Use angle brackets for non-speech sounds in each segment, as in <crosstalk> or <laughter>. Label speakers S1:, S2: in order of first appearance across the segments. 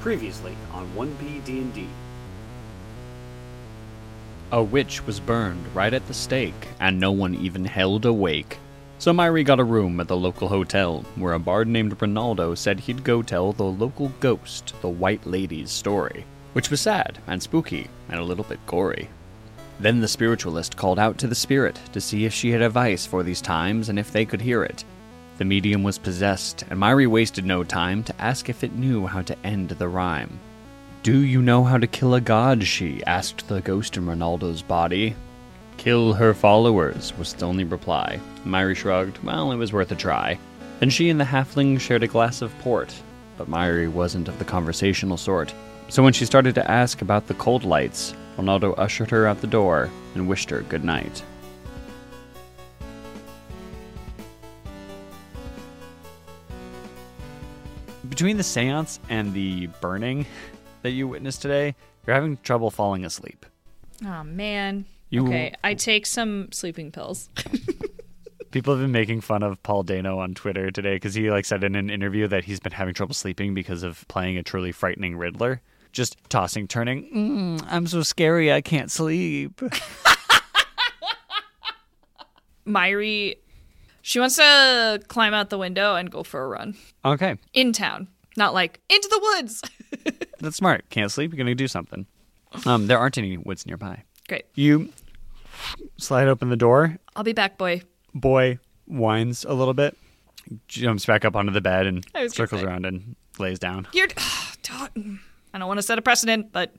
S1: Previously on 1P D&D.
S2: A witch was burned right at the stake, and no one even held a wake. So Myri got a room at the local hotel, where a bard named Ronaldo said he'd go tell the local ghost the White Lady's story, which was sad and spooky and a little bit gory. Then the spiritualist called out to the spirit to see if she had advice for these times and if they could hear it. The medium was possessed, and Myri wasted no time to ask if it knew how to end the rhyme. Do you know how to kill a god? she asked the ghost in Ronaldo's body. Kill her followers was the only reply. Myri shrugged, well, it was worth a try. Then she and the halfling shared a glass of port, but Myri wasn't of the conversational sort. So when she started to ask about the cold lights, Ronaldo ushered her out the door and wished her good night. Between the seance and the burning <laughs> that you witnessed today, you're having trouble falling asleep.
S3: Oh man.
S2: You-
S3: okay, I take some sleeping pills.
S2: People have been making fun of Paul Dano on Twitter today because he like said in an interview that he's been having trouble sleeping because of playing a truly frightening Riddler, just tossing, turning. Mm, I'm so scary, I can't sleep. <laughs>
S3: Myri, she wants to climb out the window and go for a run
S2: okay,
S3: in town, not like into the woods. <laughs>
S2: that's smart. Can't sleep, you're gonna do something. Um, there aren't any woods nearby.
S3: Great.
S2: You slide open the door.
S3: I'll be back, boy.
S2: Boy whines a little bit, jumps back up onto the bed and
S3: I was gonna
S2: circles
S3: say.
S2: around and lays down.
S3: You're. <sighs> don't- I don't want to set a precedent, but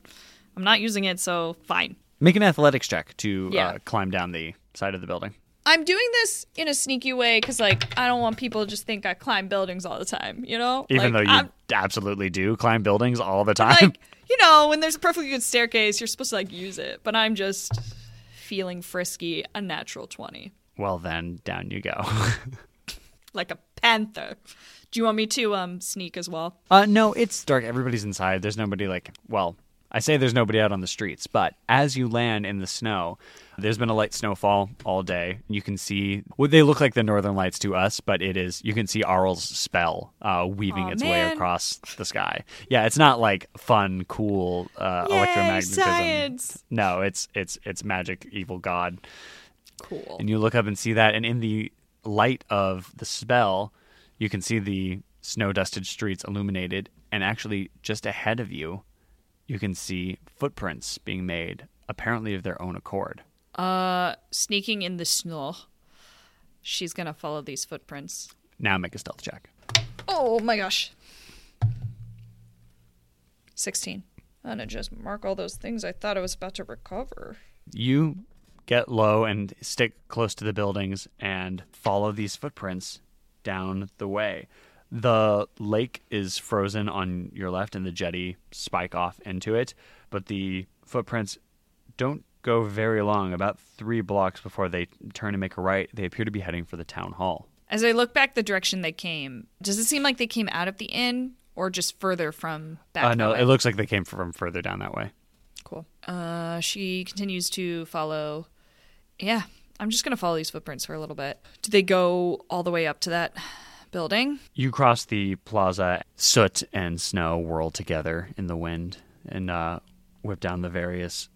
S3: I'm not using it, so fine.
S2: Make an athletics check to
S3: Yeah.
S2: uh, climb down the side of the building.
S3: I'm doing this in a sneaky way because, like, I don't want people to just think I climb buildings all the time, you know?
S2: Even
S3: like,
S2: though you
S3: I'm-
S2: absolutely do climb buildings all the time. <laughs>
S3: like you know when there's a perfectly good staircase you're supposed to like use it but i'm just feeling frisky a natural 20
S2: well, then down you go. <laughs>
S3: like a panther do you want me to um sneak as well
S2: uh, no, it's dark. Everybody's inside. There's nobody like, well, I say there's nobody out on the streets, but as you land in the snow, there's been a light snowfall all day. You can see well, they look like the northern lights to us, but it is you can see Arl's spell uh, weaving
S3: Aw,
S2: its way
S3: man.
S2: across the sky. Yeah, it's not like fun, cool uh,
S3: Yay,
S2: electromagnetism.
S3: science.
S2: No, it's it's it's magic, evil god.
S3: cool
S2: and you look up and see that and in the light of the spell you can see the snow-dusted streets illuminated and actually just ahead of you you can see footprints being made apparently of their own accord
S3: uh sneaking in the snow she's gonna follow these footprints
S2: now make a stealth check
S3: oh my gosh 16 i'm gonna just mark all those things i thought i was about to recover
S2: you get low and stick close to the buildings and follow these footprints down the way. The lake is frozen on your left and the jetty spike off into it, but the footprints don't go very long, about three blocks before they turn and make a right. They appear to be heading for the town hall.
S3: as i look back the direction they came does it seem like they came out of the inn or just further from back
S2: Uh,
S3: that
S2: no,
S3: way?
S2: it looks like they came from further down that way.
S3: Cool. Uh, she continues to follow. Yeah, I'm just gonna follow these footprints for a little bit. Do they go all the way up to that building?
S2: You cross the plaza. Soot and snow whirl together in the wind and uh, whip down the various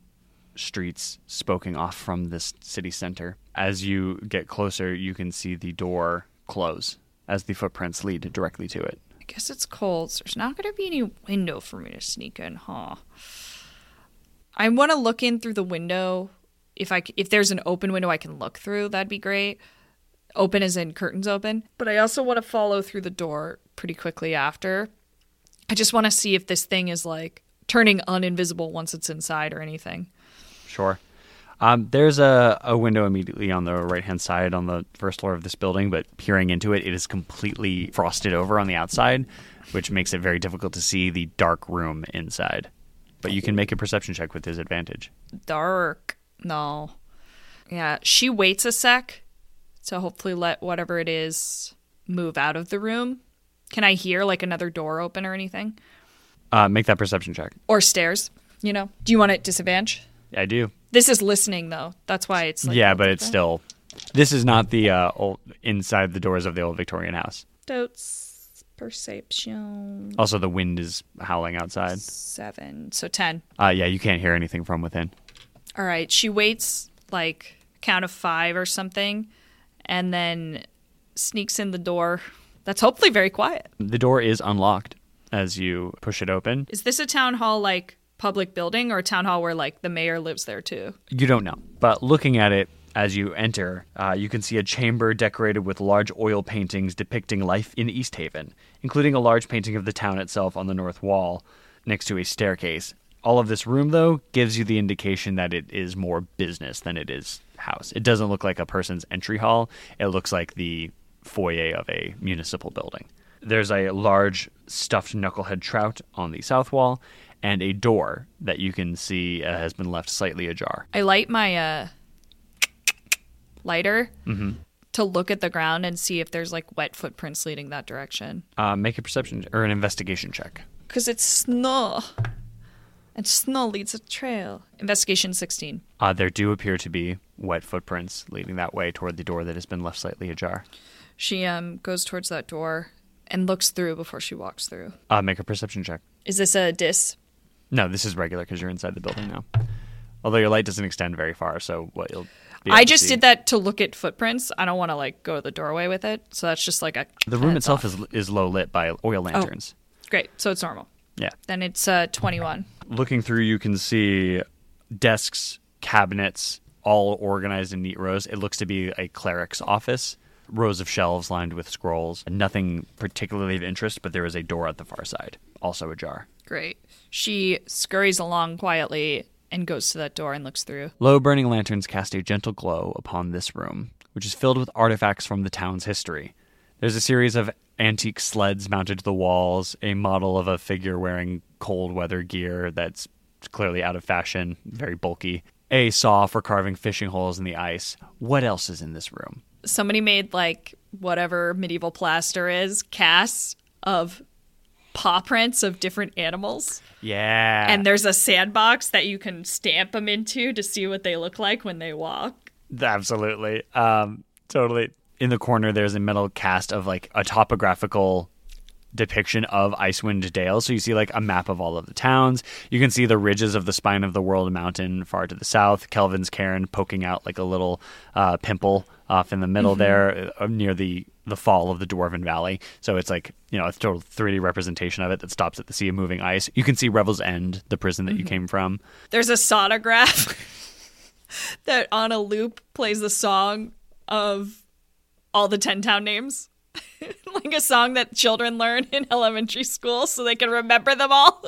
S2: streets spoken off from this city center. As you get closer, you can see the door close as the footprints lead directly to it.
S3: I guess it's cold, so there's not gonna be any window for me to sneak in, huh? I want to look in through the window. If I c- if there's an open window I can look through, that'd be great. Open as in curtains open. But I also want to follow through the door pretty quickly after. I just want to see if this thing is like turning uninvisible once it's inside or anything.
S2: Sure. Um, there's a, a window immediately on the right hand side on the first floor of this building, but peering into it, it is completely frosted over on the outside, which makes it very difficult to see the dark room inside. But you can make a perception check with disadvantage.
S3: dark. No. Yeah, she waits a sec to hopefully let whatever it is move out of the room. Can I hear like another door open or anything?
S2: Uh, make that perception check.
S3: Or stairs, you know? Do you want it disadvantage?
S2: I do.
S3: This is listening though. That's why it's like
S2: yeah, but it's still. This is not the uh, old inside the doors of the old Victorian house.
S3: Dotes. Perception
S2: Also, the wind is howling outside.
S3: seven. So ten.
S2: Uh, yeah, you can't hear anything from within.
S3: All right. She waits like count of five or something and then sneaks in the door. That's hopefully very quiet.
S2: The door is unlocked as you push it open.
S3: Is this a town hall like public building or a town hall where like the mayor lives there too?
S2: You don't know, but looking at it as you enter, uh, you can see a chamber decorated with large oil paintings depicting life in East Haven, including a large painting of the town itself on the north wall next to a staircase. All of this room, though, gives you the indication that it is more business than it is house. It doesn't look like a person's entry hall, it looks like the foyer of a municipal building. There's a large stuffed knucklehead trout on the south wall, and a door that you can see uh, has been left slightly ajar.
S3: I light my uh lighter to look at the ground and see if there's like wet footprints leading that direction.
S2: Uh, make a perception or an investigation check.
S3: Cause it's snow. And snow leads a trail. Investigation sixteen.
S2: Uh, there do appear to be wet footprints leading that way toward the door that has been left slightly ajar.
S3: She um goes towards that door and looks through before she walks through.
S2: Uh, make a perception check.
S3: Is this a dis?
S2: No, this is regular because you're inside the building now. Although your light doesn't extend very far, so what you'll. Be able
S3: I
S2: to
S3: just
S2: see-
S3: did that to look at footprints. I don't want to like go to the doorway with it. So that's just like a
S2: The room
S3: heads
S2: itself
S3: off. Oh.
S2: is is low lit by oil lanterns.
S3: great. So it's normal.
S2: Yeah.
S3: Then it's uh 21.
S2: looking through, you can see desks, cabinets, all organized in neat rows. It looks to be a cleric's office. Rows of shelves lined with scrolls. Nothing particularly of interest, but there is a door at the far side, also ajar.
S3: Great. She scurries along quietly and goes to that door and looks through.
S2: Low burning lanterns cast a gentle glow upon this room, which is filled with artifacts from the town's history. There's a series of antique sleds mounted to the walls, a model of a figure wearing cold weather gear that's clearly out of fashion, very bulky, a saw for carving fishing holes in the ice. What else is in this room?
S3: Somebody made like whatever medieval plaster is casts of paw prints of different animals.
S2: Yeah.
S3: And there's a sandbox that you can stamp them into to see what they look like when they walk.
S2: Absolutely. Um, totally. In the corner, there's a metal cast of like a topographical depiction of Icewind Dale. So you see like a map of all of the towns. You can see the ridges of the spine of the world mountain far to the south, Kelvin's Cairn poking out like a little uh, pimple off in the middle there uh, near the the fall of the Dwarven Valley. So it's like, you know, a total 3D representation of it that stops at the Sea of Moving Ice. You can see Revel's End, the prison that you came from.
S3: There's a sonograph <laughs> that on a loop plays the song of all the 10 town names. <laughs> like a song that children learn in elementary school so they can remember them all.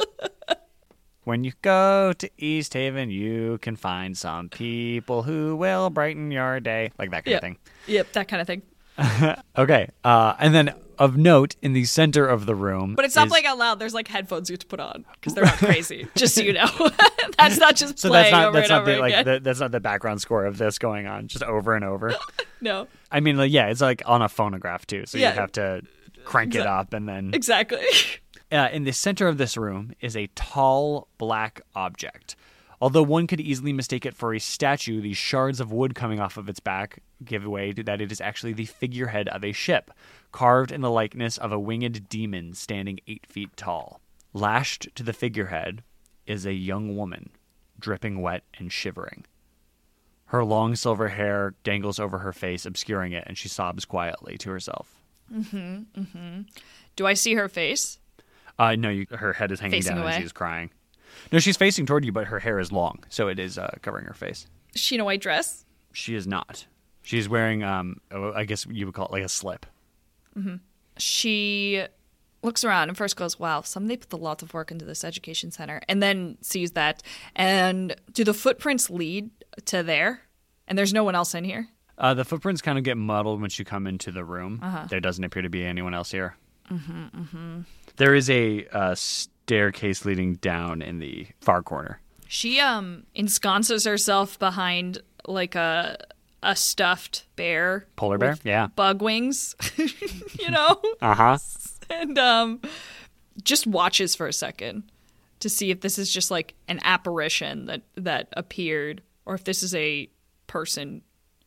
S2: When you go to East Haven, you can find some people who will brighten your day, like that kind
S3: Yeah.
S2: of thing.
S3: yep, that kind of thing.
S2: Okay, uh, and then of note, in the center of the room,
S3: But it's not
S2: is-
S3: playing out loud. There's like headphones you have to put on because they're not
S2: <laughs>
S3: crazy. just so you know, <laughs> that's not just
S2: So that's
S3: playing
S2: not
S3: over
S2: that's
S3: and
S2: not
S3: over
S2: the, like
S3: again.
S2: the, that's not the background score of this going on, just over and over.
S3: <laughs> No,
S2: I mean, like, yeah, it's like on a phonograph too, so
S3: Yeah.
S2: you have to crank it up, and then
S3: exactly. <laughs>
S2: Uh, in the center of this room is a tall black object. Although one could easily mistake it for a statue, the shards of wood coming off of its back give away that it is actually the figurehead of a ship, carved in the likeness of a winged demon standing eight feet tall. Lashed to the figurehead is a young woman, dripping wet and shivering. Her long silver hair dangles over her face, obscuring it, and she sobs quietly to herself.
S3: Do I see her face?
S2: Uh, no, you, her head is hanging
S3: Facing
S2: down
S3: away?
S2: and she's crying. No, she's facing toward you, but her hair is long, so it is uh, covering her face.
S3: Is she in a white dress?
S2: She is not. She's wearing, um, oh, I guess you would call it like a slip.
S3: She looks around and first goes, "Wow, somebody put a lot of work into this education center," and then sees that. And do the footprints lead to there? And there's no one else in here.
S2: Uh, the footprints kind of get muddled once you come into the room. There doesn't appear to be anyone else here. Mm-hmm, mm-hmm. is a uh, staircase leading down in the far corner.
S3: She um ensconces herself behind like a a stuffed bear,
S2: Polar bear?
S3: with
S2: Yeah.
S3: bug wings, <laughs> you know,
S2: Uh huh.
S3: and um just watches for a second to see if this is just like an apparition that that appeared or if this is a person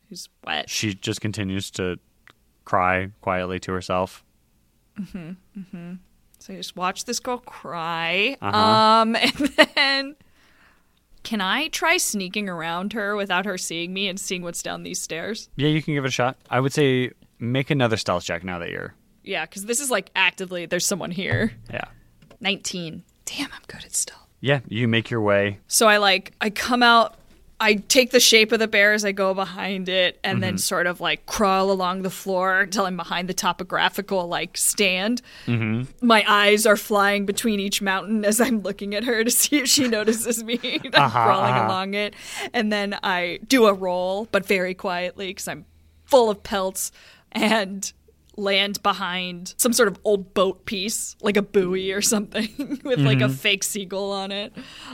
S3: who's wet.
S2: She just continues to cry quietly to herself.
S3: So you just watch this girl cry.
S2: Uh-huh.
S3: Um, <laughs> and then can I try sneaking around her without her seeing me and seeing what's down these stairs?
S2: Yeah, you can give it a shot. I would say make another stealth check now that you're.
S3: Yeah, because this is like actively there's someone here.
S2: Yeah.
S3: 19. Damn, I'm good at stealth.
S2: Yeah, you make your way.
S3: So I like I come out I take the shape of the bear as I go behind it and then sort of like crawl along the floor until I'm behind the topographical like stand. Mm-hmm. My eyes are flying between each mountain as I'm looking at her to see if she notices me. <laughs> I'm crawling along it. And then I do a roll, but very quietly because I'm full of pelts and land behind some sort of old boat piece, like a buoy or something <laughs> with like a fake seagull on it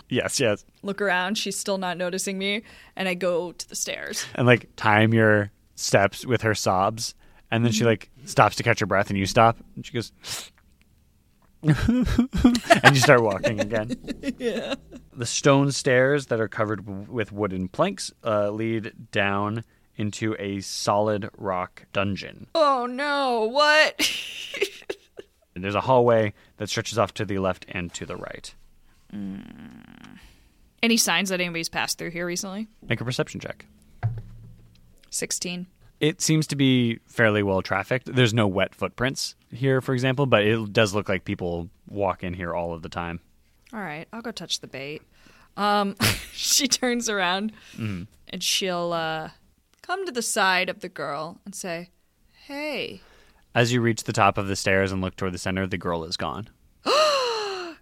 S2: Yes, yes.
S3: look around she's still not noticing me and i go to the stairs
S2: And like time your steps with her sobs. And then she like stops to catch her breath and you stop. And she goes. <laughs> and you start walking again.
S3: yeah
S2: The stone stairs that are covered w- with wooden planks uh, lead down into a solid rock dungeon.
S3: oh no what <laughs>
S2: And there's a hallway that stretches off to the left and to the right.
S3: any signs that anybody's passed through here recently
S2: Make a perception check.
S3: 16
S2: It seems to be fairly well trafficked. There's no wet footprints here, for example, but it does look like people walk in here all of the time.
S3: all right i'll go touch the bait um <laughs> she turns around and she'll uh come to the side of the girl and say hey
S2: As you reach the top of the stairs and look toward the center, the girl is gone.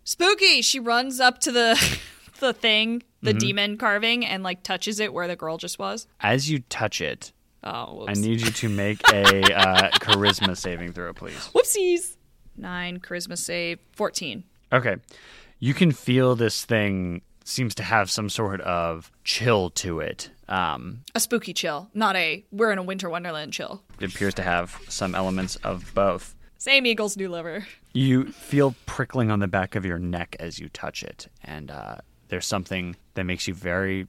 S3: spooky she runs up to the <laughs> the thing the demon carving and like touches it where the girl just was
S2: As you touch it,
S3: oh
S2: I
S3: whoops.
S2: need you to make a uh, charisma saving throw, please.
S3: whoopsies nine charisma save 14
S2: Okay. You can feel this thing seems to have some sort of chill to it. Um,
S3: a spooky chill, not a we're in a winter wonderland chill.
S2: it appears to have some elements of both.
S3: Same Eagles new lover.
S2: You feel prickling on the back of your neck as you touch it, and uh, there's something that makes you very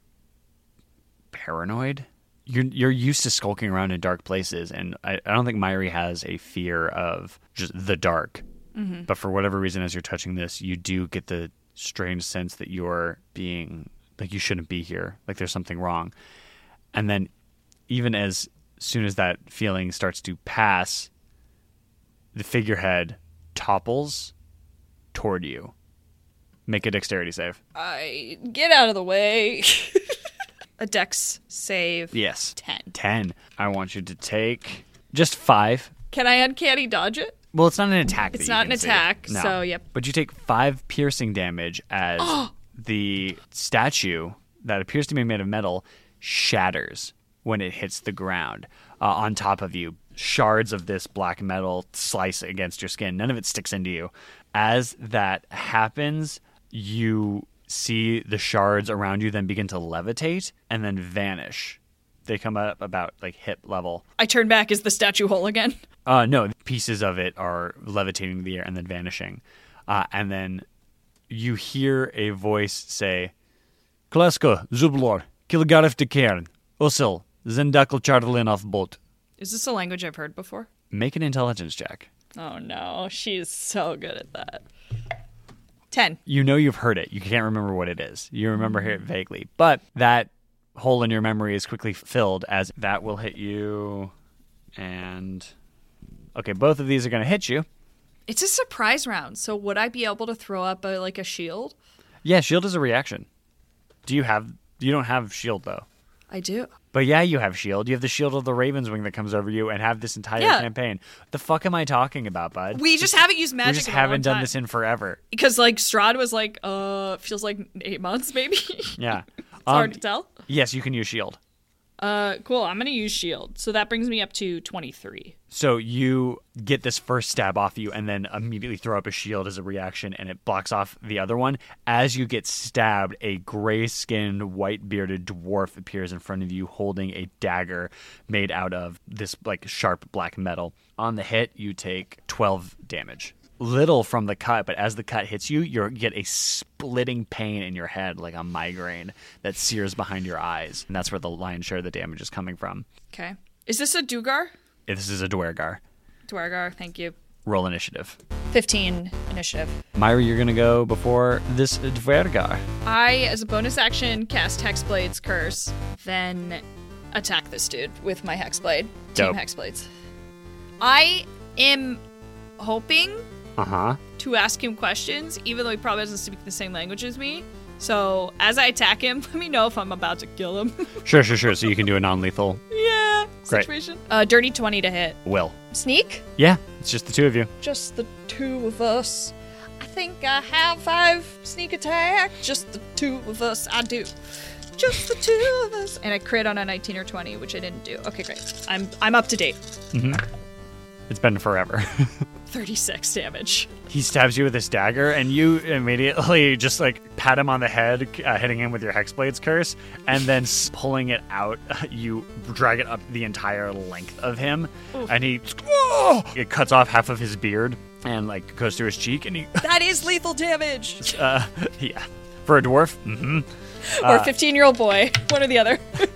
S2: paranoid. You're you're used to skulking around in dark places, and I, I don't think Myri has a fear of just the dark. But for whatever reason, as you're touching this, you do get the strange sense that you're being like you shouldn't be here, like there's something wrong. And then, even as soon as that feeling starts to pass, the figurehead topples toward you. Make a dexterity save.
S3: I get out of the way. <laughs> a dex save
S2: Yes.
S3: 10.
S2: 10. I want you to take just five.
S3: Can I uncanny dodge it?
S2: Well, it's not an attack. that
S3: It's
S2: you
S3: not
S2: can
S3: an
S2: save.
S3: attack,
S2: No.
S3: so yep.
S2: But you take five piercing damage as
S3: <gasps>
S2: the statue that appears to be made of metal shatters when it hits the ground uh, on top of you. Shards of this black metal slice against your skin. None of it sticks into you. As that happens, you see the shards around you then begin to levitate and then vanish. They come up about like hip level.
S3: I turn back as the statue whole again.
S2: Uh, no, pieces of it are levitating in the air and then vanishing. Uh, and then you hear a voice say, Klesko, Zublor, Kilgarif de Cairn, Usil, Zendakl Chardalinov Bolt.
S3: Is this a language I've heard before?
S2: Make an intelligence check.
S3: Oh no, she's so good at that. 10.
S2: You know you've heard it. You can't remember what it is. You remember it vaguely. But that hole in your memory is quickly filled as that will hit you. And. Okay, both of these are going to hit you.
S3: It's a surprise round, so would I be able to throw up a, like a shield?
S2: Yeah, shield E is a reaction. Do you have you don't have shield E though.
S3: I do.
S2: But yeah, you have shield. E You have the shield of the Raven's wing that comes over you and have this entire
S3: Yeah.
S2: campaign. The fuck am I talking about, bud?
S3: We just haven't used
S2: We
S3: magic.
S2: just
S3: in a long
S2: haven't done
S3: time.
S2: this in forever.
S3: because like Strahd was like, uh, feels like eight months maybe. <laughs> it's
S2: Yeah.
S3: hard
S2: Um,
S3: to tell.
S2: Yes, you can use shield.
S3: Uh, cool. I'm gonna use shield. So that brings me up to 23.
S2: So you get this first stab off you and then immediately throw up a shield as a reaction and it blocks off the other one. As you get stabbed, a gray skinned, white bearded dwarf appears in front of you holding a dagger made out of this like sharp black metal. On the hit, you take 12 damage. Little from the cut, but as the cut hits you, you get a splitting pain in your head, like a migraine that sears behind your eyes. And that's where the lion's share of the damage is coming from.
S3: Okay. Is this a Dugar?
S2: This is a Dwergar.
S3: Dwargar. Thank you.
S2: Roll initiative.
S3: 15 initiative.
S2: Myra, you're gonna go before this Dvergar.
S3: I, as a bonus action, cast Hexblade's Curse, then attack this dude with my Hexblade.
S2: Dope.
S3: Team Hexblades. I am hoping
S2: Uh huh.
S3: to ask him questions, even though he probably doesn't speak the same language as me. So as I attack him, <laughs> let me know if I'm about to kill him. <laughs>
S2: Sure, sure, sure. So you can do a non-lethal
S3: yeah.
S2: Great.
S3: Situation. Uh, dirty 20 to hit.
S2: will.
S3: Sneak?
S2: Yeah, it's just the two of you.
S3: Just the two of us. I think I have five sneak attack. Just the two of us. I do. Just the two of us. And I crit on a 19 or 20, which I didn't do. Okay, great. I'm I'm up to date.
S2: It's been forever. <laughs>
S3: 36 damage.
S2: he stabs you with his dagger, and you immediately <laughs> just like pat him on the head, uh, hitting him with your hexblade's curse, and then s- pulling it out, <laughs> you drag it up the entire length of him, and he it cuts off half of his beard and like goes through his cheek, and he <laughs>
S3: That is lethal damage.
S2: uh, yeah, for a dwarf. Mm-hmm.
S3: or 15 year old boy. <laughs> One or the other.
S2: <laughs>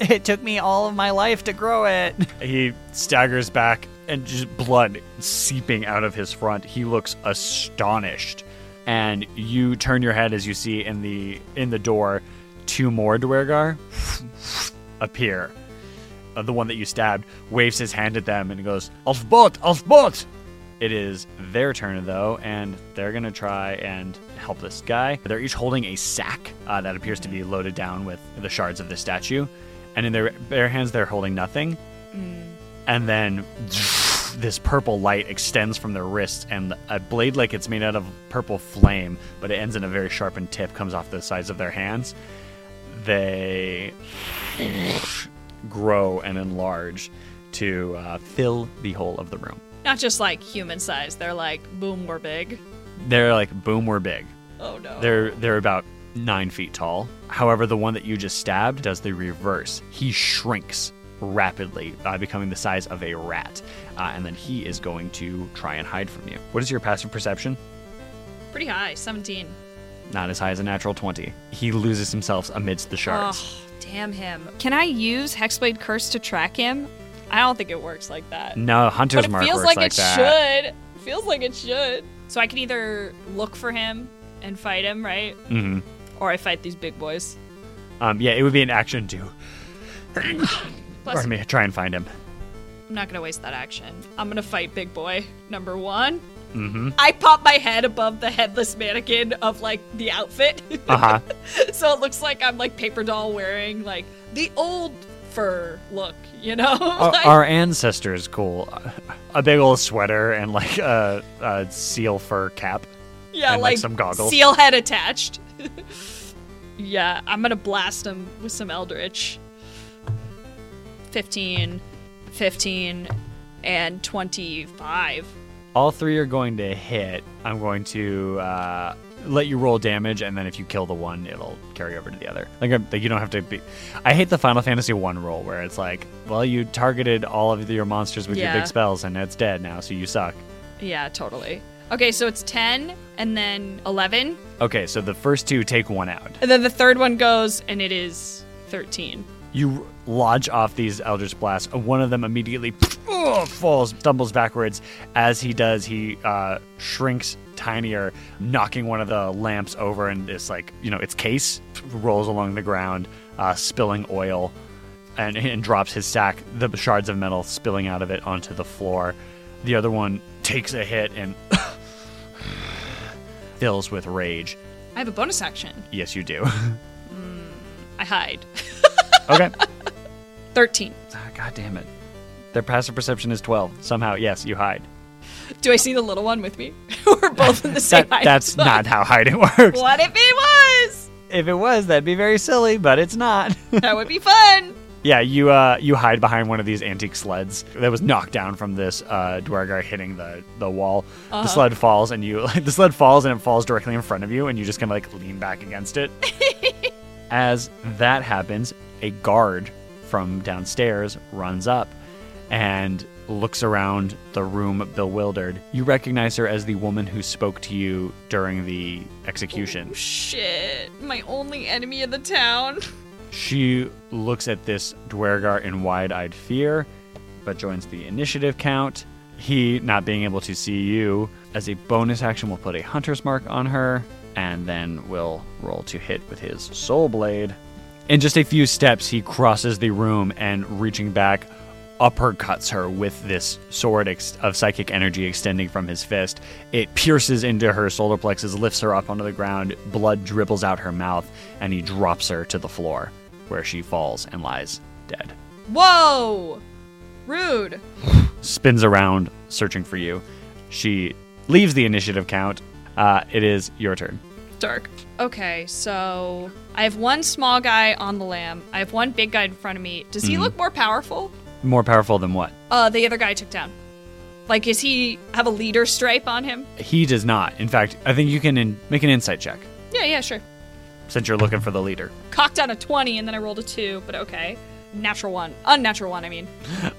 S2: It took me all of my life to grow it. He staggers back and just blood seeping out of his front. He looks astonished. And you turn your head as you see in the in the door two more Dwergar appear. Uh, the one that you stabbed waves his hand at them and goes, Alfbot, Alfbot! It is their turn though, and they're gonna try and help this guy. They're each holding a sack uh, that appears to be loaded down with the shards of the statue, and in their bare hands they're holding nothing. And then this purple light extends from their wrists, and a blade like it's made out of purple flame, but it ends in a very sharpened tip, comes off the sides of their hands. They grow and enlarge to uh, fill the whole of the room.
S3: Not just like human size, they're like boom, we're big.
S2: They're like boom, we're big.
S3: Oh no.
S2: They're they're about nine feet tall. However, the one that you just stabbed does the reverse. He shrinks rapidly, uh, becoming the size of a rat, uh, and then he is going to try and hide from you. What is your passive perception?
S3: Pretty high, 17.
S2: Not as high as a natural twenty. He loses himself amidst the shards.
S3: Oh, damn him. Can I use Hexblade Curse to track him? I don't think it works like that.
S2: No, hunter's
S3: but it
S2: mark
S3: feels
S2: works
S3: like,
S2: like
S3: it
S2: that.
S3: should. Feels like it should. So I can either look for him and fight him, right?
S2: Mhm.
S3: Or I fight these big boys.
S2: Um, yeah, it would be an action
S3: <laughs>
S2: to
S3: Plus,
S2: pardon me, try and find him.
S3: I'm not gonna waste that action. I'm gonna fight big boy number one. <laughs>
S2: Mm-hmm.
S3: I pop my head above the headless mannequin of like the outfit, <laughs>
S2: Uh huh.
S3: so it looks like I'm like paper doll wearing like the old fur look, you know? <laughs>
S2: our,
S3: Like-
S2: our ancestors cool a big old sweater and like a, a seal fur cap
S3: Yeah,
S2: and, like,
S3: like,
S2: some goggles.
S3: Seal head attached. <laughs> yeah, I'm gonna blast him with some Eldritch. 15, 15, and 25.
S2: all three are going to hit i'm going to uh, let you roll damage and then if you kill the one it'll carry over to the other like, I'm- like you don't have to be i hate the final fantasy one rule where it's like well you targeted all of your monsters with your
S3: Yeah.
S2: big spells and it's dead now so you suck
S3: Yeah, totally. Okay, so it's 10 and then 11.
S2: okay so the first two take one out
S3: And then the third one goes and it is 13.
S2: You lodge off these Eldritch Blasts. One of them immediately oh, falls, stumbles backwards. As he does, he uh, shrinks tinier, knocking one of the lamps over, and this, like, you know, its case rolls along the ground, uh, spilling oil, and, and drops his sack, the shards of metal spilling out of it onto the floor. The other one takes a hit and <coughs> fills with rage.
S3: I have a bonus action.
S2: Yes, you do. <laughs>
S3: I hide. <laughs>
S2: okay.
S3: 13.
S2: Ah, God damn it. Their passive perception is 12. Somehow, yes, you hide.
S3: Do I see the little one with me? <laughs> We're both in the same
S2: That-
S3: hiding
S2: that's
S3: spot.
S2: not how hiding <laughs> works.
S3: What if it was?
S2: If it was, that'd be very silly, but it's not. <laughs>
S3: That would be fun.
S2: yeah, you uh, you hide behind one of these antique sleds that was knocked down from this uh, Dwargar hitting the, the wall. The sled falls, and you <laughs> the sled falls, and it falls directly in front of you, and you just kind of like lean back against it. As that happens, a guard from downstairs runs up and looks around the room bewildered. You recognize her as the woman who spoke to you during the execution.
S3: Shit, my only enemy in the town. <laughs>
S2: She looks at this Dwergar in wide eyed fear, but joins the initiative count He, not being able to see you, as a bonus action, will put a hunter's mark on her, and then will roll to hit with his soul blade. In just a few steps, he crosses the room and, reaching back, uppercuts her with this sword ex- of psychic energy extending from his fist. It pierces into her solar plexus, lifts her up onto the ground, blood dribbles out her mouth, and he drops her to the floor, where she falls and lies dead.
S3: Whoa! Rude.
S2: Spins around, searching for you. She leaves the initiative count. Uh, it is your turn.
S3: Dark. Okay, so I have one small guy on the lamb. I have one big guy in front of me. Does
S2: Mhm.
S3: he look more powerful?
S2: More powerful than what?
S3: Uh, the other guy I took down. Like, is he have a leader stripe on him?
S2: He does not. In fact, I think you can in- make an insight check
S3: Yeah, yeah, sure.
S2: since you're looking for the leader.
S3: Cocked on a twenty, and then I rolled a two. But okay, natural one, unnatural one. I mean,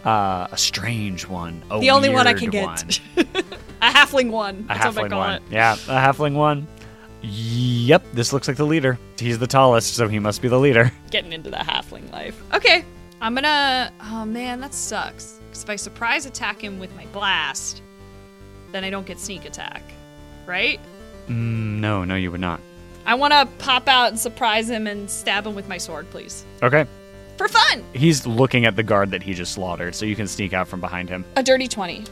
S2: Uh, a strange one. A
S3: the only one I
S2: weird
S3: can
S2: one.
S3: get. <laughs> a halfling one.
S2: A
S3: That's what I
S2: halfling
S3: call
S2: one.
S3: it.
S2: Yeah, a halfling one. Yep, this looks like the leader. He's the tallest, so he must be the leader.
S3: Getting into the halfling life. Okay, I'm gonna. Oh man, that sucks. Because if I surprise attack him with my blast, then I don't get sneak attack, right?
S2: Mm, no, no, you would not.
S3: I want to pop out and surprise him and stab him with my sword, please,
S2: Okay.
S3: for fun.
S2: He's looking at the guard that he just slaughtered, so you can sneak out from behind him.
S3: A dirty 20.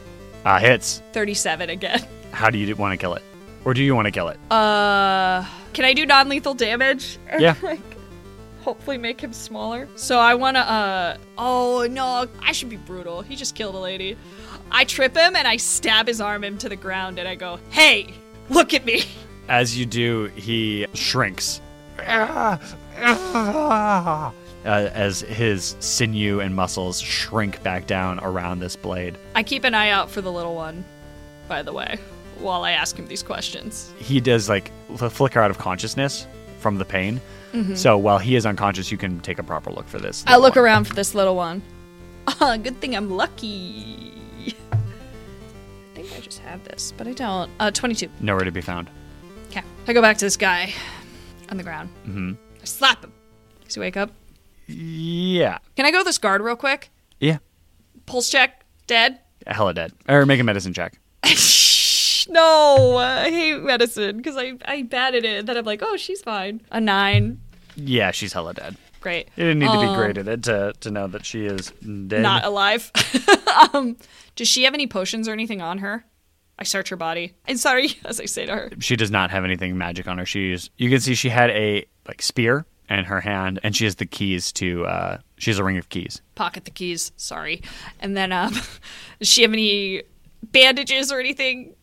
S2: Ah, hits.
S3: 37 again.
S2: How do you want to kill it? Or do you want to kill it?
S3: Uh, can I do non-lethal damage? <laughs> Or,
S2: Yeah.
S3: like, hopefully make him smaller. So I want to. Uh, oh no, I should be brutal. He just killed a lady. I trip him and I stab his arm into the ground and I go, "Hey, look at me."
S2: As you do, he shrinks. Uh, as his sinew and muscles shrink back down around this blade.
S3: I keep an eye out for the little one, by the way, while I ask him these questions.
S2: he does like fl- flicker out of consciousness from the pain. So while he is unconscious, you can take a proper look for this.
S3: I look
S2: around.
S3: around for this little <laughs> one. Ah, good thing I'm lucky. I think I just had this, but I don't. Uh, 22.
S2: Nowhere to be found.
S3: Okay. I go back to this guy on the ground. Mm-hmm. I slap him. Does he wake up?
S2: Yeah.
S3: Can I go with this guard real quick?
S2: Yeah.
S3: Pulse check. Dead. <laughs>
S2: Hella dead. Or make a medicine check.
S3: no, I hate medicine because I, I batted it. Then I'm like, oh, she's fine. A nine.
S2: Yeah, she's hella dead.
S3: Great.
S2: You didn't need to be great at it to, to know that she is dead.
S3: Not alive. <laughs> um, does she have any potions or anything on her? I search her body. I'm sorry, <laughs> as I say to her.
S2: she does not have anything magic on her. She's you can see she had a like spear in her hand, and she has the keys to. uh She has a ring of keys.
S3: pocket the keys. Sorry. And then, um, <laughs> does she have any bandages or anything?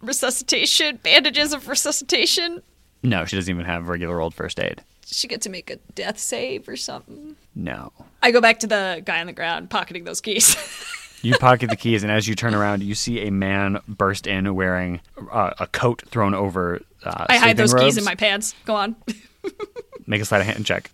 S3: Resuscitation bandages of resuscitation.
S2: No, she doesn't even have regular old first aid.
S3: Does she get to make a death save or something?
S2: No.
S3: I go back to the guy on the ground pocketing those keys. <laughs>
S2: You pocket the keys, and as you turn around, you see a man burst in wearing uh, a coat thrown over. Uh,
S3: I
S2: sleeping
S3: hide those keys in
S2: robes.
S3: my pants. Go on.
S2: Make a sleight of hand check.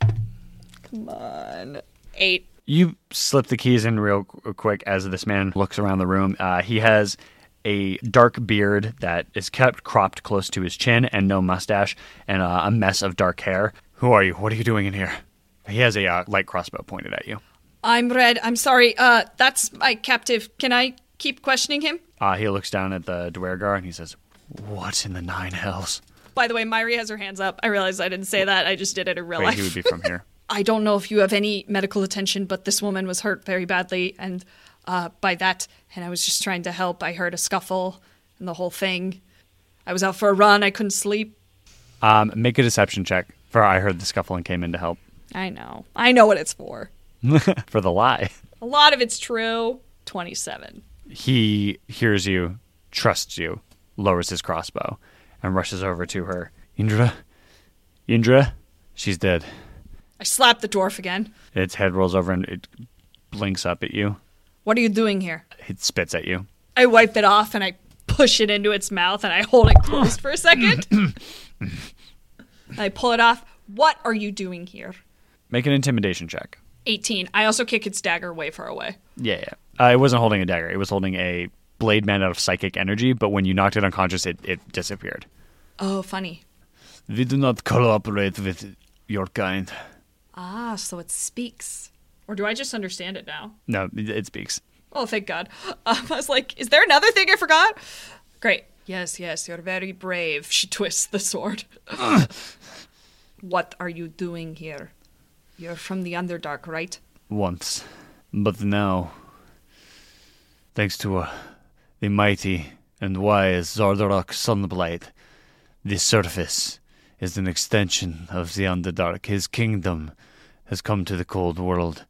S3: Come on. Eight.
S2: You slip the keys in real qu- quick as this man looks around the room. Uh, he has a dark beard that is kept cropped close to his chin, and no mustache, and uh, a mess of dark hair. Who are you? What are you doing in here? He has a uh, light crossbow pointed at you.
S3: I'm red. I'm sorry. Uh, that's my captive. Can I keep questioning him?
S2: Uh, he looks down at the Dwergar and he says, "What in the nine hells?"
S3: By the way, Myri has her hands up. I realized I didn't say that. I just did it in real
S2: Wait,
S3: life.
S2: he would be from here.
S3: I don't know if you have any medical attention, but this woman was hurt very badly, and uh, by that, and I was just trying to help. I heard a scuffle and the whole thing. I was out for a run. I couldn't sleep.
S2: Um, make a deception check. For I heard the scuffling came in to <laughs> help.
S3: I know. I know what it's for.
S2: For the lie,
S3: A lot of it's true. 27.
S2: he hears you, trusts you, lowers his crossbow, and rushes over to her. Indra, Indra, she's dead.
S3: I slapped the dwarf again.
S2: Its head rolls over and it blinks up at you.
S3: What are you doing here?
S2: It spits at you.
S3: I wipe it off and I push it into its mouth and I hold it closed for a second. I pull it off. What are you doing here?
S2: Make an intimidation check.
S3: 18. I also kick its dagger way far away.
S2: Yeah, yeah. Uh, it wasn't holding a dagger. It was holding a blade made out of psychic energy. But when you knocked it unconscious, it, it disappeared.
S3: Oh, funny.
S2: We do not cooperate with your kind.
S3: Ah, so it speaks. Or do I just understand it now?
S2: No, it it speaks.
S3: Oh, thank God. <laughs> Um, I was like, is there another thing I forgot? Great. Yes, yes, you're very brave. <laughs> She twists the <laughs> sword. what are you doing here? You're from the Underdark, right?
S2: Once. But now, thanks to uh, the mighty and wise Zardarok Sunblight, the surface is an extension of the Underdark. His kingdom has come to the cold world.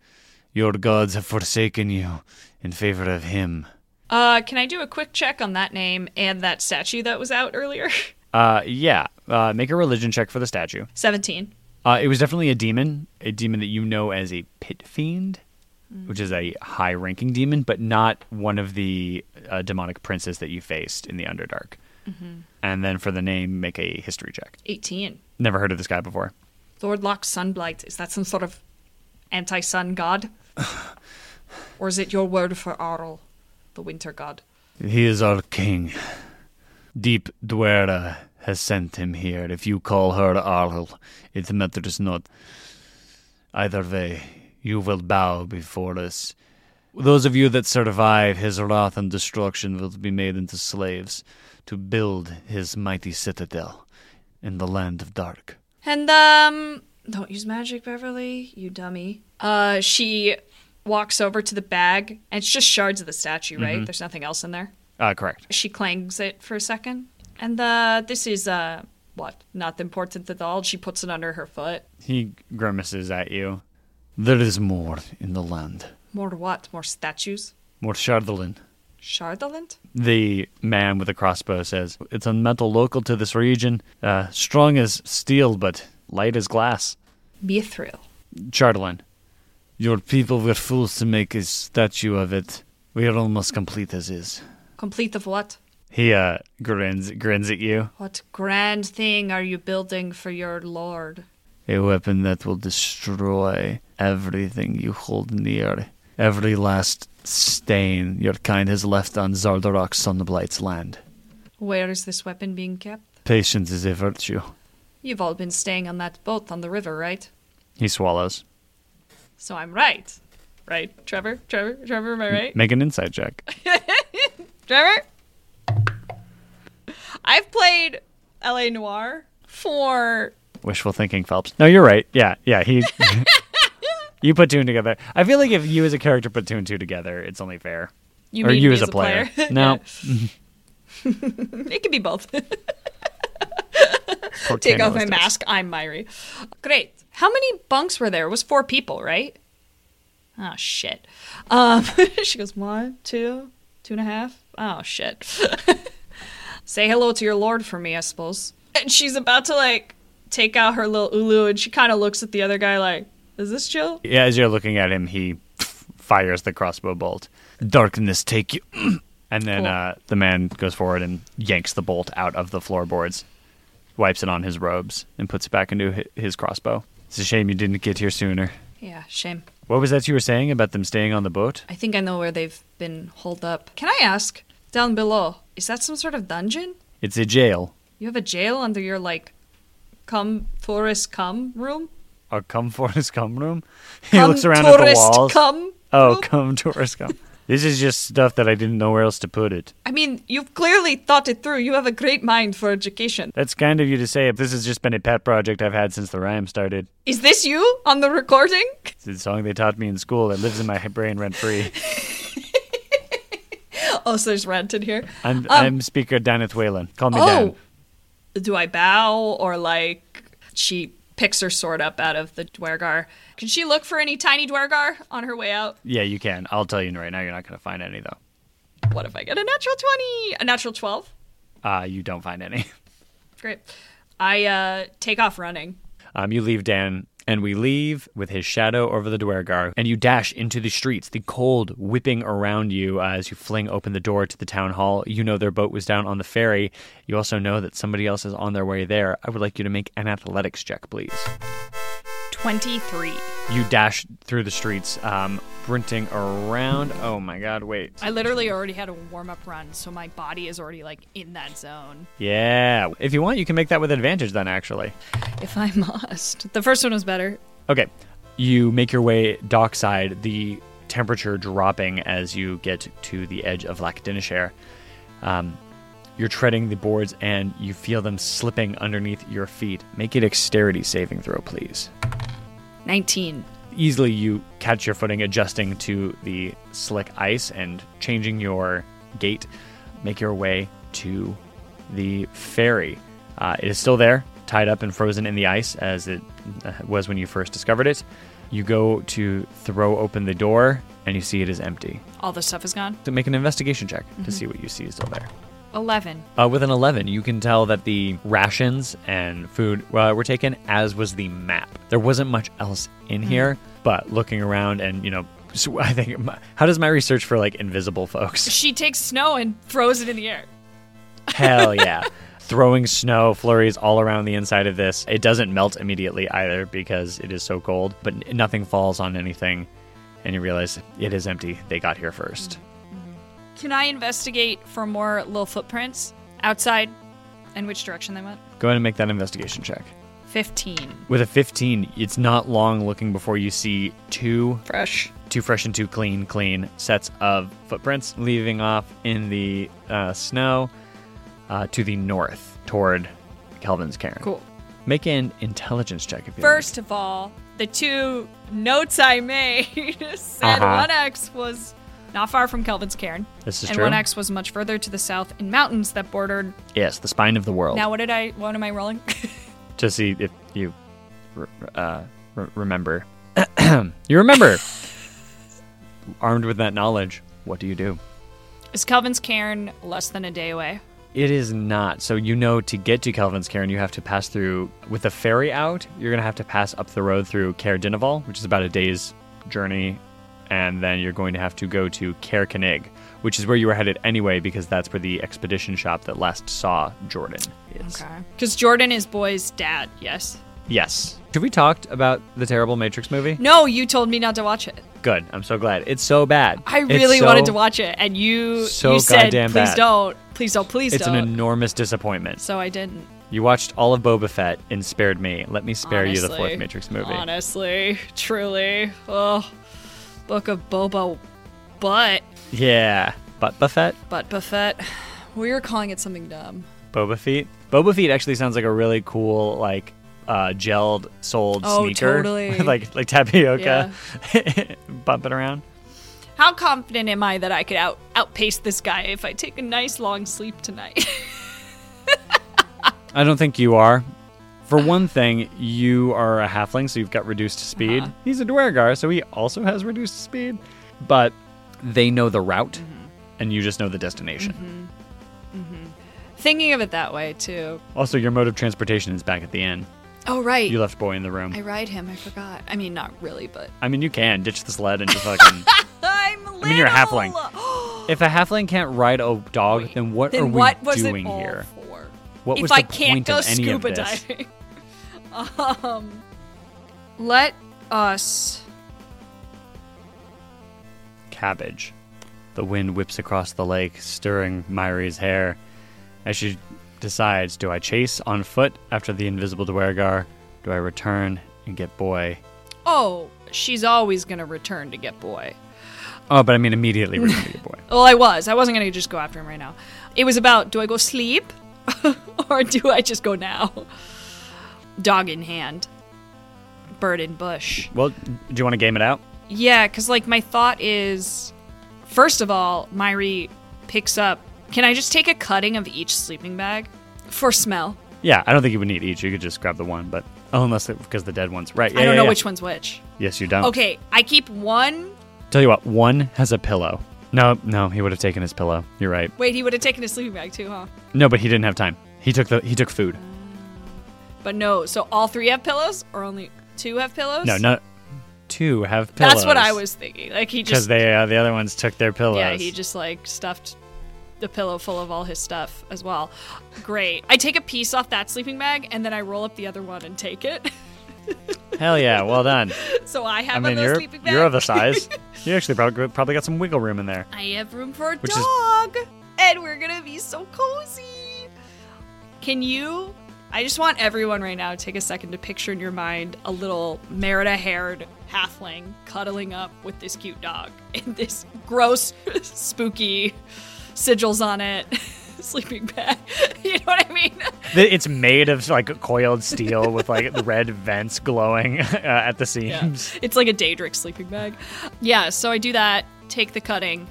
S2: Your gods have forsaken you in favor of him.
S3: Uh, can I do a quick check on that name and that statue that was out earlier? <laughs>
S2: Uh, yeah. Uh, make a religion check for the statue.
S3: 17.
S2: Uh, it was definitely a demon, a demon that you know as a pit fiend, which is a high ranking demon, but not one of the uh, demonic princes that you faced in the Underdark. And then for the name, make a history check.
S3: 18.
S2: Never heard of this guy before.
S3: Lord Locke's Sunblight, is that some sort of anti sun <laughs> god? or is it your word for Arl, the winter god?
S2: He is our king. Deep Dwera has sent him here. If you call her Arl, it matters not. Either way, you will bow before us. Those of you that survive his wrath and destruction will be made into slaves to build his mighty citadel in the land of dark.
S3: And um don't use magic, Beverly, you dummy. Uh she walks over to the bag and it's just shards of the statue, right? There's nothing else in there.
S2: Ah, correct.
S3: She clangs it for a second. And uh this is uh what? Not important at all. She puts it under her foot.
S2: He grimaces at you. There is more in the land.
S3: More what? More statues?
S2: More Shardolin.
S3: Shardalent?
S2: the man with the crossbow says, It's a metal local to this region, uh, strong as steel, but light as glass.
S3: Mithril.
S2: Chardolin, your people were fools to make a statue of it. We are almost complete as is.
S3: Complete of what?
S2: He uh, grins, grins at you.
S3: What grand thing are you building for your lord?
S2: A weapon that will destroy everything you hold near, every last stain your kind has left on Zardarok Sunblight's land.
S3: Where is this weapon being kept?
S2: Patience is a virtue.
S3: You've all been staying on that boat on the river, right?
S2: He swallows.
S3: So I'm right. Right, Trevor? Trevor? Trevor, am I right?
S2: Make an insight check.
S3: Trevor? I've played LA Noir for.
S2: Wishful thinking, Phelps. No, you're right. Yeah, yeah. He, <laughs> you put two and together. I feel like if you as a character put two and two together, it's only fair.
S3: You
S2: or
S3: mean
S2: you
S3: me
S2: as a player.
S3: <laughs>
S2: no,
S3: it could be both.
S2: poor
S3: Take off
S2: Thanos
S3: my
S2: does.
S3: mask. I'm Myri. Great. How many bunks were there? It was four people, right? Oh shit. Um, <laughs> she goes one, two, two and a half. Oh shit. <laughs> Say hello to your lord for me, I suppose. And she's about to like take out her little ulu, and she kind of looks at the other guy like, "Is this Jill?"
S2: Yeah, as you're looking at him, he fires the crossbow bolt. Darkness take you. <clears throat> and then
S3: Cool.
S2: uh, the man goes forward and yanks the bolt out of the floorboards, wipes it on his robes, and puts it back into hi- his crossbow. It's a shame you didn't get here sooner.
S3: Yeah, shame.
S2: What was that you were saying about them staying on the boat?
S3: I think I know where they've been holed up. Can I ask down below? Is that some sort of dungeon?
S2: It's a jail.
S3: You have a jail under your like, come tourist come room.
S2: A come <laughs> forest come room. He
S3: Come,
S2: looks around at the
S3: tourist,
S2: walls.
S3: Um, Come.
S2: Oh,
S3: room.
S2: come <laughs> tourist come. This is just stuff that I didn't know where else to put it.
S3: I mean, you've clearly thought it through. You have a great mind for education.
S2: That's kind of you to say. This has just been a pet project I've had since the rhyme started.
S3: Is this you on the recording? <laughs>
S2: It's the song they taught me in school that lives in my <laughs> brain rent free.
S3: Oh, so there's rent in here.
S2: I'm, I'm speaker Danith Whalen. Call
S3: oh.
S2: me Dan.
S3: do I bow or like? She picks her sword up out of the dwergar. Can she look for any tiny dwergar on her way out?
S2: Yeah, you can. I'll tell you right now, you're not going to find any, though.
S3: What if I get a natural twenty? A natural twelve?
S2: Uh, you don't find any. <laughs>
S3: Great. I uh, take off running.
S2: Um, you leave Dan, and we leave with his shadow over the Dwergar, and you dash into the streets, the cold whipping around you uh, as you fling open the door to the town hall. You know their boat was down on the ferry. You also know that somebody else is on their way there. I would like you to make an athletics check, please.
S3: Twenty-three.
S2: You dash through the streets, um, sprinting around. Oh my god, wait.
S3: I literally already had a warm-up run, so my body is already like in that zone.
S2: Yeah. If you want, you can make that with advantage then, actually.
S3: If <laughs> I must. The first one was better.
S2: Okay. You make your way dockside. The temperature dropping as you get to the edge of Lackdinishire. Um, you're treading the boards and you feel them slipping underneath your feet. Make a dexterity saving throw, please.
S3: 19.
S2: Easily, you catch your footing, adjusting to the slick ice and changing your gait. Make your way to the ferry. Uh, it is still there, tied up and frozen in the ice as it uh, was when you first discovered it. You go to throw open the door and you see it is empty.
S3: All the stuff is gone.
S2: To make an investigation check to see what you see is still there.
S3: 11.
S2: Uh, with an 11, you can tell that the rations and food uh, were taken, as was the map. There wasn't much else in here, but looking around and, you know, so I think, my- how does my research for like invisible
S3: <laughs>
S2: folks?
S3: She takes snow and <laughs> throws it in the air.
S2: Hell yeah. Throwing snow flurries all around the inside of this. It doesn't melt immediately either because it is so cold, but n- nothing falls on anything. And you realize it is empty. They got here first.
S3: Can I investigate for more little footprints outside and which direction they went?
S2: Go ahead and make that investigation check.
S3: 15.
S2: With a 15, it's not long looking before you see two
S3: Fresh.
S2: too fresh and too clean, clean sets of footprints leaving off in the uh, snow uh, to the north toward Kelvin's cairn.
S3: Cool.
S2: Make an intelligence check if you
S3: First of all, the two notes I made <laughs> said
S2: Uh-huh.
S3: 1x was not far from Kelvin's cairn.
S2: This is
S3: and
S2: true.
S3: 1x was much further to the south in mountains that bordered.
S2: like. Yes, the spine of the world.
S3: Now, what did I. What am I rolling? <laughs>
S2: to see if you re- uh, re- remember. <clears throat> you
S3: <laughs>
S2: remember. Armed with that knowledge, what do you do?
S3: Is Kelvin's cairn less than a day away?
S2: It is not. So you know to get to Kelvin's Cairn, you have to pass through with the ferry out. You're gonna have to pass up the road through Cair Dinaval, which is about a day's journey, and then you're going to have to go to Cair Canig, which is where you were headed anyway, because that's where the expedition shop that last saw Jordan is.
S3: Because Jordan is Boy's dad, yes?
S2: Yes. Have we talked about the terrible Matrix movie?
S3: No, you told me not to watch it.
S2: Good. I'm so glad. It's so bad.
S3: I
S2: It's
S3: really
S2: so-
S3: wanted to watch it, and you
S2: so
S3: you said,
S2: goddamn
S3: "Please
S2: bad."
S3: don't, please don't, please
S2: It's an
S3: don't."
S2: enormous disappointment.
S3: so I didn't.
S2: You watched all of Boba Fett and spared me. Let me spare
S3: honestly,
S2: you the fourth Matrix movie.
S3: Honestly, truly, oh, book of Boba, butt,
S2: Yeah. But Buffett?
S3: butt buffet. We were calling it something dumb.
S2: Boba Feet. Boba Feet actually sounds like a really cool, like, uh, gelled soled
S3: Oh,
S2: sneaker. <laughs>
S3: totally.
S2: like like tapioca <laughs> bumping around.
S3: How confident am I that I could out outpace this guy if I take a nice long sleep tonight? <laughs>
S2: I don't think you are.
S3: Uh.
S2: For one thing, you are a halfling, so you've got reduced speed.
S3: Uh-huh.
S2: He's a Dwergar, so he also has reduced speed. But they know the route,
S3: Mm-hmm.
S2: and you just know the destination.
S3: Thinking of it that way too.
S2: Also, your mode of transportation is back at the inn.
S3: Oh right,
S2: You left Boy in the room.
S3: I
S2: I,
S3: ride him. I forgot. I mean, not really, but
S2: mean, you can ditch the sled and just
S3: <laughs>
S2: fucking.
S3: I'm little.
S2: mean, you're a
S3: <gasps>
S2: halfling. if a halfling can't ride a dog, then what are
S3: then
S2: we
S3: what was
S2: doing
S3: it all
S2: here?
S3: for?
S2: What
S3: if
S2: was
S3: I
S2: the
S3: can't
S2: point
S3: go
S2: of any of
S3: scuba
S2: this?
S3: diving. <laughs> um, let us.
S2: Cabbage. The wind whips across the lake, stirring Myri's hair. As she decides, do I chase on foot after the invisible Dwergar? Do I return and get boy?
S3: Oh, she's always gonna return to get boy.
S2: Oh, but I mean immediately return to get
S3: <laughs>
S2: boy.
S3: Well, I was. I wasn't gonna just go after him right now. It was about do I go sleep <laughs> or do I just go now? <laughs> Dog in hand, bird in bush.
S2: Well, do you want to game it out?
S3: Yeah, because like my thought is, first of all, Myri picks up. Can I just take a cutting of each sleeping bag for smell?
S2: Yeah, I don't think you would need each. You could just grab the one, but oh, unless it, because the dead one's right. Yeah,
S3: I don't
S2: yeah,
S3: know
S2: yeah.
S3: which one's which.
S2: Yes, you don't.
S3: Okay, I keep one.
S2: Tell you what, one has a pillow. No, no, he would have taken his pillow. You're right.
S3: Wait, he would have taken his sleeping bag too, huh?
S2: No, but he didn't have time. He took the he took food.
S3: But no, so all three have pillows, or only two have pillows?
S2: No, no. Two have pillows.
S3: That's what I was thinking. Like he
S2: because
S3: just,
S2: they uh, the other ones took their pillows.
S3: yeah, he just like stuffed the pillow full of all his stuff as well. Great. I take a piece off that sleeping bag and then I roll up the other one and take it.
S2: <laughs>
S3: <laughs>
S2: Hell yeah, well done.
S3: so I have
S2: I mean,
S3: a
S2: you're
S3: little sleeping bag.
S2: you're of a
S3: <laughs>
S2: size. you actually probably probably got some wiggle room in there.
S3: I have room for a
S2: Which is-
S3: dog, and we're gonna be so cozy. Can you I just want everyone right now to take a second to picture in your mind a little Merida haired halfling cuddling up with this cute dog <laughs> in this gross, spooky sigils on it <laughs> sleeping bag. <laughs> you know what I mean?
S2: Th- It's made of like coiled steel with
S3: <laughs>
S2: like the red vents glowing <laughs> uh, at the seams.
S3: It's like a Daedric sleeping bag. Yeah, so I do that, take the cutting,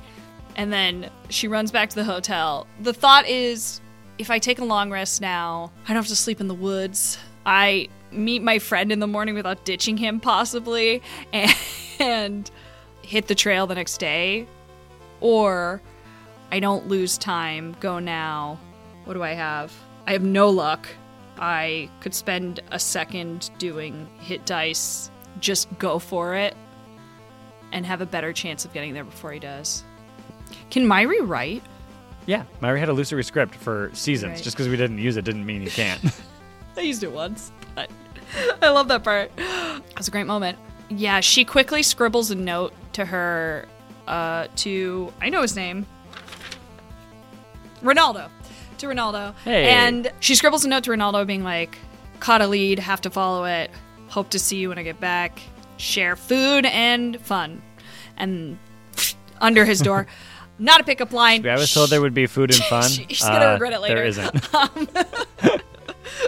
S3: and then she runs back to the hotel. The thought is if I take a long rest now, I don't have to sleep in the woods. I meet my friend in the morning without ditching him, possibly, <laughs> and, and hit the trail the next day. Or I don't lose time, go now. What do I have? I have no luck. I could spend a second doing hit dice, just go for it, and have a better chance of getting there before he does. Can Myri write?
S2: Yeah, Myri had a lusory script for seasons.
S3: Right.
S2: Just because we didn't use it didn't mean you can't.
S3: <laughs> I used it once. But I love that part. It was a great moment. Yeah, she quickly scribbles a note to her, uh, to I know his name, Ronaldo, to Ronaldo,
S2: Hey.
S3: and she scribbles a note to Ronaldo, being like, "Caught a lead, have to follow it. Hope to see you when I get back. Share food and fun." And under his
S2: <laughs>
S3: door, not a pickup line.
S2: I was told there would be
S3: <laughs>
S2: food and fun.
S3: She's gonna
S2: Uh,
S3: regret it later.
S2: There isn't.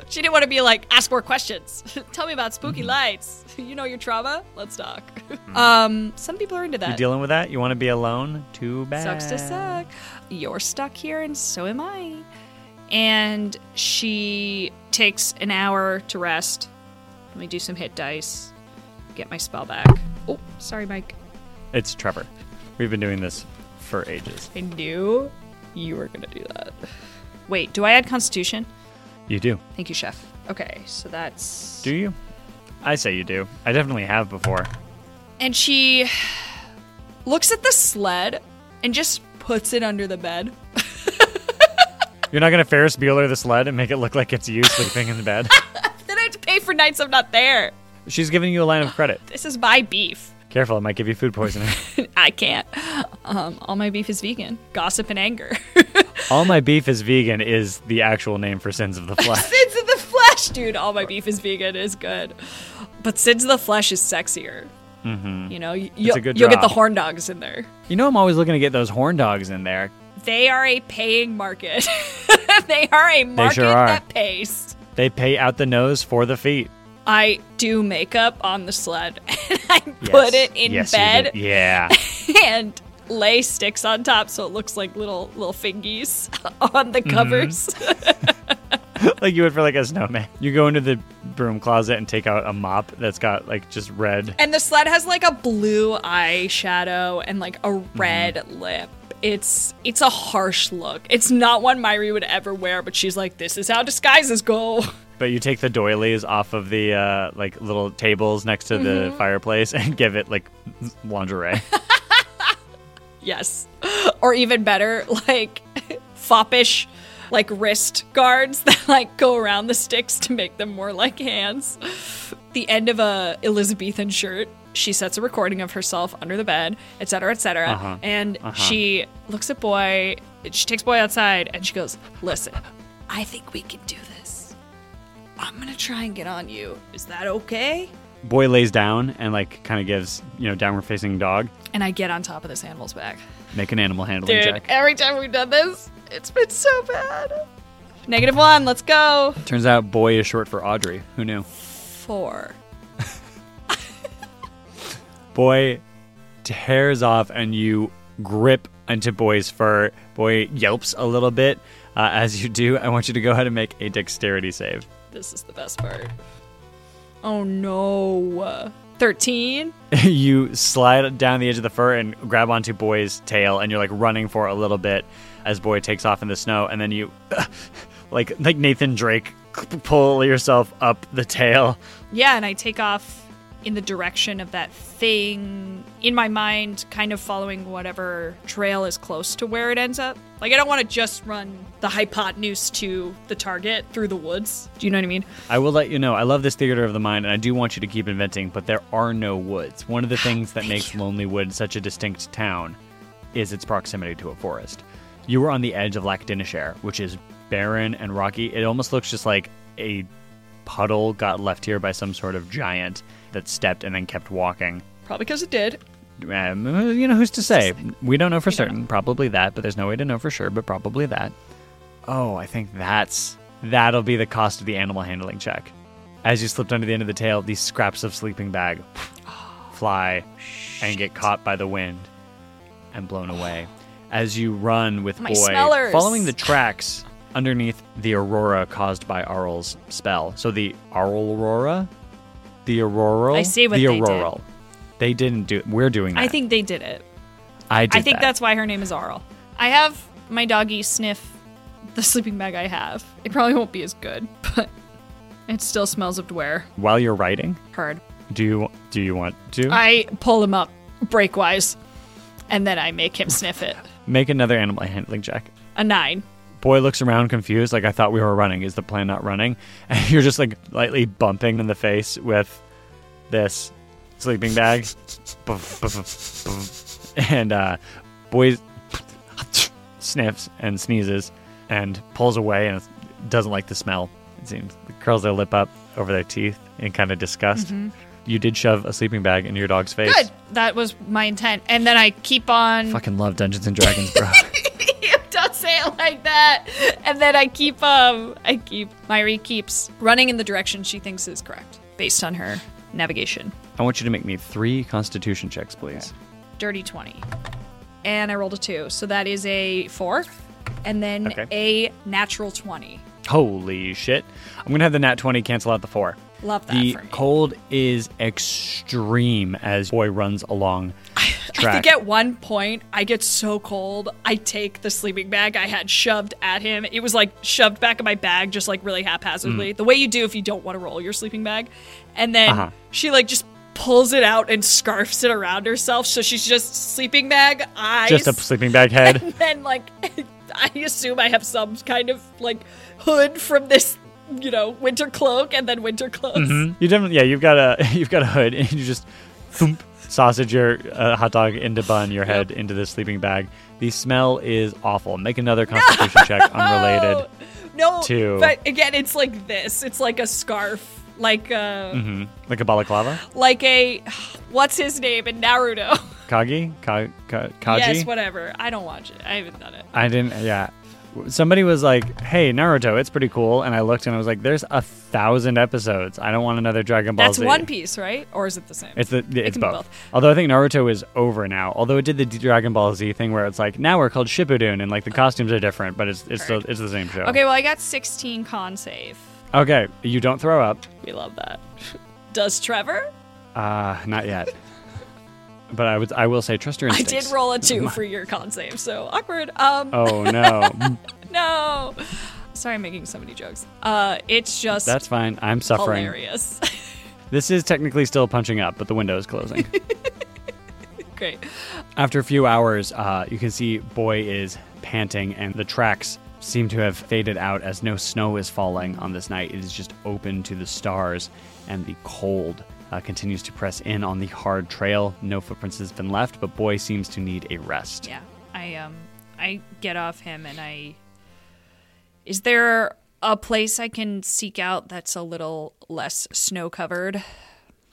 S3: She didn't want to be like, ask more questions. <laughs> Tell me about spooky
S2: Mm-hmm.
S3: lights. <laughs> You know your trauma? Let's talk. <laughs> Um, some people are into
S2: you
S3: that.
S2: dealing with that? You want to be alone? Too bad.
S3: Sucks to suck. You're stuck here, and so am I. And she takes an hour to rest. Let me do some hit dice. Get my spell back. Oh, sorry, Mike.
S2: It's Trevor. We've been doing this for ages.
S3: I knew you were going to do that. Wait, do I add Constitution?
S2: You do.
S3: Thank you, Chef. Okay, so that's.
S2: Do you? I say you do. I definitely have before.
S3: and she looks at the sled and just puts it under the bed.
S2: You're not gonna Ferris Bueller the sled and make it look like it's you sleeping in the <laughs> bed.
S3: Then I have to pay for nights I'm not there.
S2: She's giving you a line of credit.
S3: This is my beef. <laughs>
S2: Careful, it might give you food <laughs> poisoning.
S3: I can't. Um, all my beef is vegan. Gossip and anger. <laughs>
S2: All my beef is vegan is the actual name for sins of the flesh.
S3: Sins of the flesh, dude. All my beef is vegan is good, but sins of the flesh is sexier. Mm-hmm. You know, y- you'll,
S2: a good
S3: you'll get the
S2: drop.
S3: horn dogs in there.
S2: <laughs> You know, I'm always looking to get those horn dogs in there.
S3: They are a paying market. <laughs> they are a market
S2: sure are.
S3: that pays.
S2: They pay out the nose for the feet.
S3: I do makeup on the sled <laughs> and I put it in
S2: Yes, you
S3: bed
S2: did.
S3: <laughs>
S2: Yeah.
S3: and lay sticks on top so it looks like little little fingies <laughs>
S2: Mm-hmm.
S3: on the covers. <laughs>
S2: like you would for like a snowman. You go into the broom closet and take out a mop that's got like just red.
S3: And the sled has like a blue eye shadow and like a
S2: Mm-hmm.
S3: red lip. It's it's a harsh look. It's not one Myri would ever wear, but she's like, this is how disguises go. <laughs>
S2: But you take the doilies off of the uh, like little tables next to the fireplace and <laughs> give it like lingerie. <laughs>
S3: Yes. <laughs> Or even better, like <laughs> foppish like wrist guards <laughs> that like go around the sticks to make them more like hands. <laughs> The end of a Elizabethan shirt. She sets a recording of herself under the bed, et cetera, et cetera.
S2: Uh-huh.
S3: And she looks at Boy, she takes Boy outside and she goes, Listen, I think we can do this. I'm gonna try and get on you. Is that okay?
S2: Boy lays down and like kind of gives you know downward facing dog.
S3: And I get on top of this animal's back.
S2: Make an animal handling
S3: Dude,
S2: check.
S3: every time we've done this, it's been so bad. Negative one, let's go.
S2: Turns out boy is short for Audrey. Who knew?
S3: Four.
S2: Boy tears off and you grip into boy's fur. Boy yelps a little bit. Uh, as you do, I want you to go ahead and make a dexterity save.
S3: This is the best part. Oh no. 13?
S2: <laughs> you slide down the edge of the fur and grab onto boy's tail and you're like running for a little bit as boy takes off in the snow and then you <laughs> like like nathan drake pull yourself up the tail
S3: Yeah, and I take off in the direction of that thing in my mind, kind of following whatever trail is close to where it ends up. Like, I don't want to just run the hypotenuse to the target through the woods. Do you know what I mean?
S2: i will let you know i love this theater of the mind and i do want you to keep inventing but there are no woods one of the things that makes lonely wood such a distinct town is its proximity to a forest you were on the edge of lac dinishare which is barren and rocky it almost looks just like a puddle got left here by some sort of giant that stepped and then kept walking.
S3: Probably because it did.
S2: Um, you know, who's to say? We don't know for certain. Probably that, but there's no way to know for sure, but probably that. Oh, I think that's. That'll be the cost of the animal handling check. As you slipped under the end of the tail, these scraps of sleeping <sighs> bag fly and get caught by the wind and blown away. As you run with
S3: My
S2: Boy,
S3: smellers.
S2: following the tracks underneath the aurora caused by Arl's spell. So the aurora, the aurora,
S3: I see what
S2: the
S3: they did.
S2: auroral. They didn't do. We're doing that.
S3: I think they did it.
S2: I, did
S3: I think
S2: that.
S3: that's why her name is Arl. I have my doggy sniff the sleeping bag I have. It probably won't be as good, <laughs> but it still smells of dware.
S2: while you're writing.
S3: Heard.
S2: Do you do you want to
S3: I pull him up breakwise, and then I make him sniff it.
S2: make another animal handling check?
S3: A nine.
S2: Boy looks around confused, like I thought we were running. Is the plan not running? <laughs> And you're just like lightly bumping in the face with this sleeping bag. <laughs> Boof, boof, boof, boof. and uh, boy <laughs> sniffs and sneezes and pulls away and doesn't like the smell. It seems curls their lip up over their teeth in kind of disgust. You did shove a sleeping bag into your dog's face.
S3: Mm-hmm. Good. That was my intent. And then I keep on.
S2: Fucking love Dungeons and Dragons, bro.
S3: you don't say <laughs> it like that. And then I keep um I keep Myri keeps running in the direction she thinks is correct based on her navigation.
S2: <laughs> I want you to make me three Constitution checks, please.
S3: Dirty 20. And I rolled a 2. So that is a 4 and then
S2: Okay.
S3: a natural 20.
S2: Holy shit! I'm gonna have the nat twenty cancel out the four.
S3: Love that
S2: The
S3: for me.
S2: cold is extreme as boy runs along
S3: <laughs> I
S2: track.
S3: think at one point I get so cold, I take the sleeping bag I had shoved at him. It was like shoved back in my bag, just like really haphazardly, the way you do if you don't want to roll your sleeping bag. And then
S2: Mm. Uh-huh.
S3: she like just pulls it out and scarfs it around herself, so she's just sleeping bag eyes.
S2: Just a sleeping bag head.
S3: <laughs> and then like I assume I have some kind of like hood from this, you know, winter cloak and then winter clothes. <laughs>
S2: Mm-hmm. you definitely, yeah, you've got a <laughs> you've got a hood, and you just thump, sausage your uh, hot dog into bun, your head into this sleeping bag. The smell is awful. Make
S3: <laughs>
S2: another Constitution check, unrelated.
S3: No,
S2: to-
S3: but again, it's like this. It's like a scarf, like a
S2: hmm Like a balaclava.
S3: like a <sighs> what's his name in Naruto? <laughs>
S2: Kagi, Ka- Ka- Kaji.
S3: yes, whatever. I don't watch it. I haven't done it.
S2: I didn't. Yeah, somebody was like, "Hey, Naruto, it's pretty cool," and I looked and I was like, "There's a thousand episodes. I don't want another Dragon Ball
S3: That's
S2: Z."
S3: One Piece, right? Or is it the same?
S2: It's the, the- it's
S3: can be
S2: both.
S3: both.
S2: Although I think Naruto is over now. Although it did the D- Dragon Ball Z thing where it's like now we're called Shippuden and like the costumes are different, but it's it's still it's the same show.
S3: okay, well, I got 16 con save.
S2: Okay. You don't throw up.
S3: We love that. <laughs> Does Trevor?
S2: Uh, not yet. but I would I will say trust your
S3: I
S2: instincts.
S3: did roll
S2: <laughs>
S3: a two for your con save, so awkward. Um,
S2: Oh
S3: <laughs>
S2: no,
S3: no. Sorry, I'm making so many jokes. Uh, it's just
S2: that's fine. I'm suffering.
S3: hilarious. <laughs>
S2: This is technically still punching up, but the window is closing.
S3: Great.
S2: After a few hours, uh, you can see Boy is panting, and the tracks seem to have faded out as no snow is falling on this night. It is just open to the stars, and the cold uh, continues to press in on the hard trail. No footprints has been left, but Boy seems to need a rest.
S3: Yeah, I um, I get off him, and I. Is there a place I can seek out that's a little less snow covered?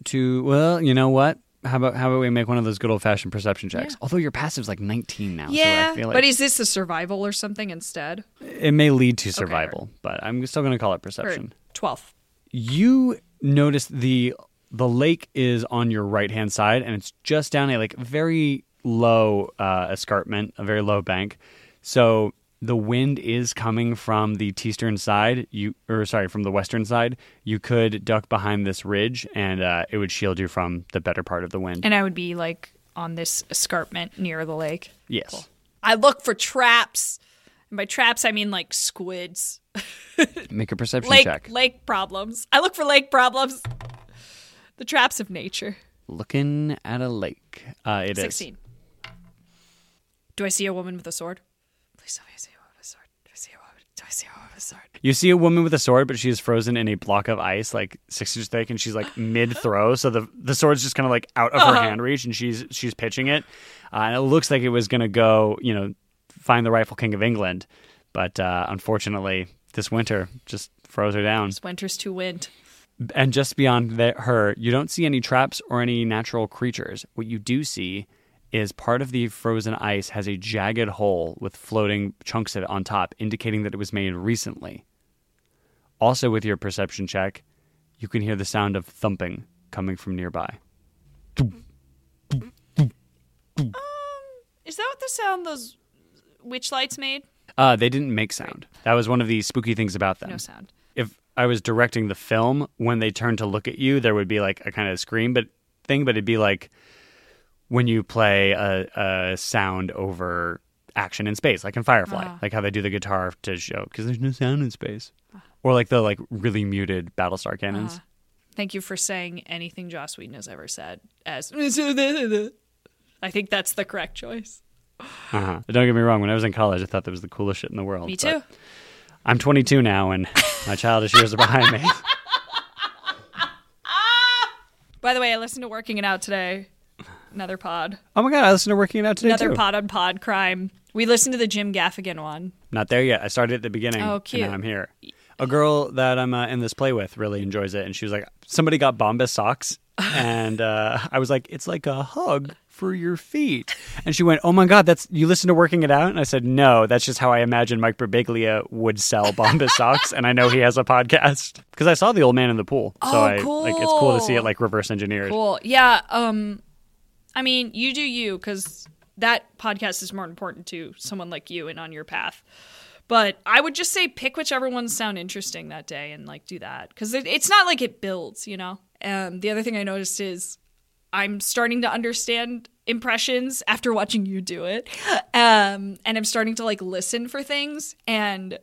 S2: To well, you know what? How about how about we make one of those good old fashioned perception checks? Although your passive's like 19 now, so I feel like
S3: but is this a survival or something instead?
S2: it may lead to survival. But I'm still going to call it
S3: Or
S2: perception.
S3: twelve.
S2: you notice the the lake is on your right hand side and it's just down a like very low uh, escarpment a very low bank so the wind is coming from the eastern side you or sorry from the western side you could duck behind this ridge and uh, it would shield you from the better part of the wind
S3: And I would be like on this escarpment near the lake.
S2: yes
S3: I look for traps. And by traps, I mean like squids.
S2: make a perception
S3: Lake,
S2: check
S3: lake problems. I look for lake problems. The traps of nature.
S2: looking at a lake uh, it is
S3: 16. Do I see a woman with a sword? Please tell me I see a woman with a sword. Do I see a woman? Do I see a woman with a sword?
S2: You see a woman with a sword, but she is frozen in a block of ice, like six inches thick, and she's like mid throw. So the the sword's just kind of like out of her hand reach, and she's she's pitching it, uh, and it looks like it was gonna go, you know, find the rightful king of England, but uh, unfortunately, this winter just froze her down.
S3: Just winters to wind.
S2: And just beyond that, her, you don't see any traps or any natural creatures. What you do see is part of the frozen ice has a jagged hole with floating chunks of it on top, indicating that it was made recently. Also, with your perception check, you can hear the sound of thumping coming from nearby.
S3: Is that what the sound those witch lights made?
S2: Uh, they didn't make sound. That was one of the spooky things about them.
S3: No sound.
S2: if I was directing the film, when they turned to look at you, there would be like a kind of scream, but thing, but it'd be like when you play a, a sound over action in space, like in Firefly,
S3: Ah.
S2: like how they do the guitar to show because there's no sound in space, or like the like really muted Battlestar
S3: Ah.
S2: cannons.
S3: Thank you for saying anything Joss Whedon has ever said as <laughs> I think that's the correct choice.
S2: Uh-huh. Don't get me wrong. When I was in college, I thought that was the coolest shit in the world.
S3: Me
S2: but
S3: too.
S2: I'm 22 now, and my childish years are behind
S3: <laughs>
S2: me.
S3: By the way, I listened to Working It Out today. Another pod.
S2: Oh my god, I listened to Working It Out today
S3: Another
S2: too.
S3: pod on pod crime. We listened to the Jim Gaffigan one.
S2: Not there yet. I started at the beginning.
S3: Oh,
S2: And
S3: cute.
S2: now I'm here. A girl that I'm uh, in this play with really enjoys it, and she was like, "Somebody got Bombas
S3: <laughs>
S2: socks," and uh, I was like, "It's like a hug for your feet." And she went, "Oh my god, that's you listen to Working It Out?" And I said, "No, that's just how I imagine Mike Birbiglia would sell Bombas socks, and I know he has a podcast because I saw the old man in the pool, so
S3: Oh,
S2: I like it's cool to see
S3: cool.
S2: it like reverse engineered."
S3: Cool. Yeah. Um, I mean, you do you because that podcast is more important to someone like you and on your path. But I would just say pick whichever ones sound interesting that day and like do that because it, it's not like it builds, you know. Um, the other thing I noticed is I'm starting to understand impressions after watching you do it, um, and I'm starting to like listen for things. And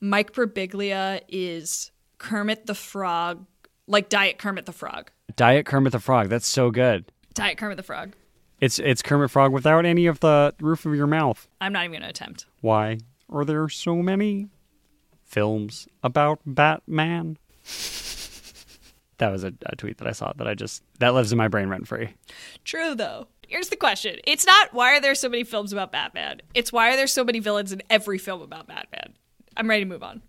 S3: Mike Birbiglia is Kermit the Frog, like Diet Kermit the Frog.
S2: Diet Kermit the Frog. That's so good.
S3: Diet Kermit the Frog.
S2: It's it's Kermit Frog without any of the roof of your mouth.
S3: I'm not even going to attempt.
S2: Why are there so many films about Batman? <laughs> That was a, a tweet that I saw that I just that lives in my brain rent free.
S3: True, though. Here's the question It's not why are there so many films about Batman? It's why are there so many villains in every film about Batman? I'm ready to move on.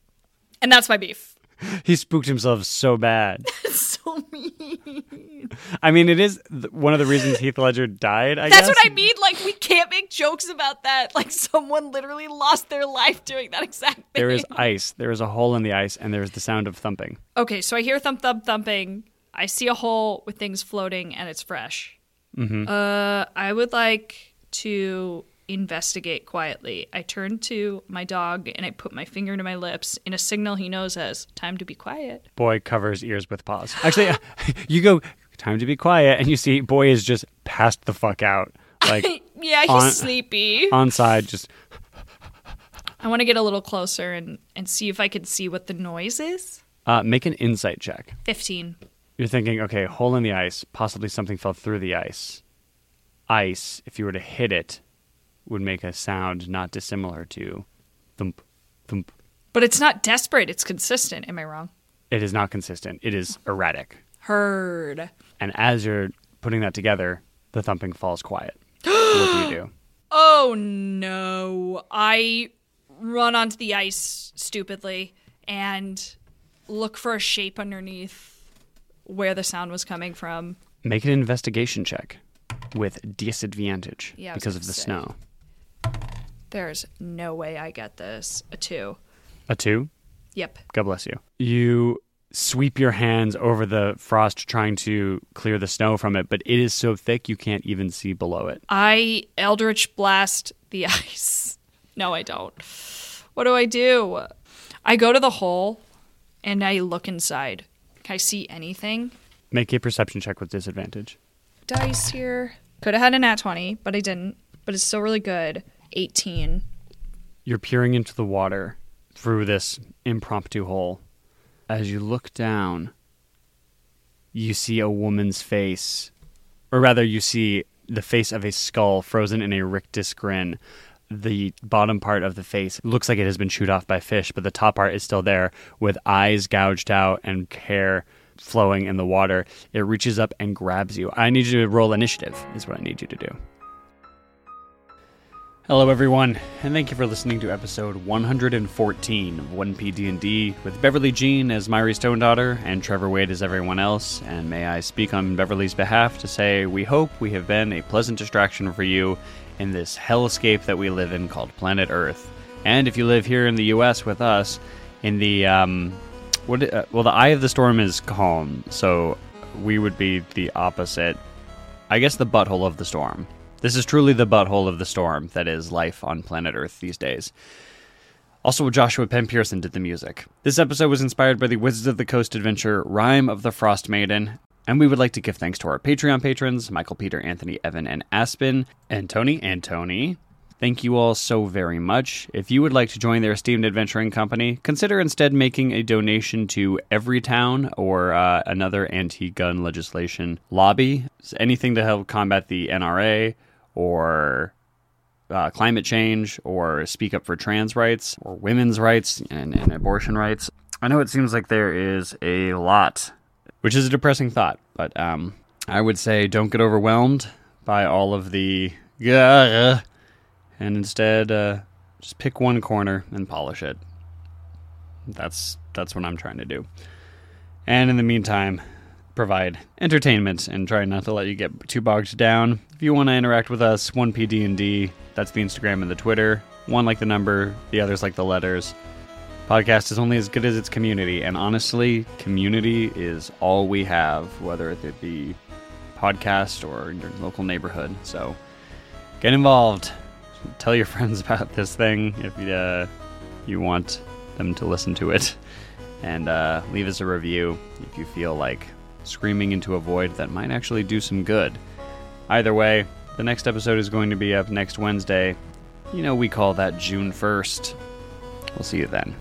S3: And that's my <laughs> beef.
S2: He spooked himself so bad.
S3: so mean.
S2: I mean, it is th- one of the reasons Heath Ledger died. I
S3: That's
S2: guess.
S3: what I mean. Like, we can't make jokes about that. Like, someone literally lost their life doing that exact thing.
S2: There is ice. There is a hole in the ice, and there is the sound of thumping.
S3: Okay, so I hear thump thump thumping. I see a hole with things floating and it's fresh.
S2: Mm-hmm.
S3: Uh, I would like to investigate quietly. I turn to my dog and I put my finger to my lips in a signal he knows as time to be quiet.
S2: Boy covers ears with paws. Actually, uh, <laughs> you go. Time to be quiet, and you see boy is just passed the fuck out, like
S3: <laughs> Yeah, he's
S2: On-
S3: sleepy.
S2: on side, just
S3: I want to get a little closer and, and see if I can see what the noise is.
S2: uh, make an insight check.
S3: 15.
S2: You're thinking, okay, hole in the ice, possibly something fell through the ice. Ice, if you were to hit it, would make a sound not dissimilar to thump, thump.
S3: But it's not desperate, it's consistent. Am I wrong?
S2: It is not consistent, it is erratic.
S3: Heard.
S2: And as you're putting that together, the thumping falls
S3: <gasps>
S2: quiet. what do you do?
S3: Oh no. I run onto the ice stupidly and look for a shape underneath where the sound was coming from.
S2: Make an investigation check with disadvantage
S3: Yeah, I was
S2: because of
S3: gonna
S2: the
S3: say.
S2: snow.
S3: There's no way I get this. A two.
S2: A two?
S3: Yep.
S2: God bless you. You sweep your hands over the frost trying to clear the snow from it, but it is so thick you can't even see below it.
S3: I Eldritch blast the <laughs> ice. No, I don't. What do I do? I go to the hole and I look inside. Can I see anything?
S2: Make a perception check with disadvantage.
S3: Dice here. Could have had a nat 20, but I didn't. But it's still really good. 18.
S2: You're peering into the water through this impromptu hole. As you look down, you see a woman's face, or rather, you see the face of a skull frozen in a rictus grin. The bottom part of the face looks like it has been chewed off by fish, but the top part is still there with eyes gouged out and hair flowing in the water. It reaches up and grabs you. I need you to roll initiative, is what I need you to do. Hello, everyone, and thank you for listening to episode 114 of 1PD&D with Beverly Jean as Myri's Stone Daughter and Trevor Wade as everyone else. And may I speak on Beverly's behalf to say we hope we have been a pleasant distraction for you in this hellscape that we live in called planet Earth. And if you live here in the U.S. with us, in the um, what? Uh, well, the eye of the storm is calm, so we would be the opposite I guess the butthole of the storm. This is truly the butthole of the storm that is life on planet Earth these days. Also, Joshua Penn Pearson did the music. This episode was inspired by the Wizards of the Coast adventure Rhyme of the Frost Maiden, and we would like to give thanks to our Patreon patrons Michael, Peter, Anthony, Evan, and Aspen, and Tony, and Tony. Thank you all so very much. If you would like to join their esteemed adventuring company, consider instead making a donation to Everytown or uh, another anti gun legislation lobby, anything to help combat the NRA or uh, climate change or speak up for trans rights or women's rights and, and abortion rights. I know it seems like there is a lot, which is a depressing thought, but um, I would say don't get overwhelmed by all of the yeah, and instead uh, just pick one corner and polish it. That's that's what I'm trying to do. And in the meantime, provide entertainment and try not to let you get too bogged down. If you want to interact with us, 1PDND, that's the Instagram and the Twitter. One like the number, the others like the letters. Podcast is only as good as its community, and honestly, community is all we have, whether it be podcast or in your local neighborhood. So get involved. Tell your <laughs> friends about this thing if uh, you want them to listen to it and uh, leave us a review if you feel like screaming into a void that might actually do some good. Either way, the next episode is going to be up next Wednesday. You know, we call that June 1st. We'll see you then.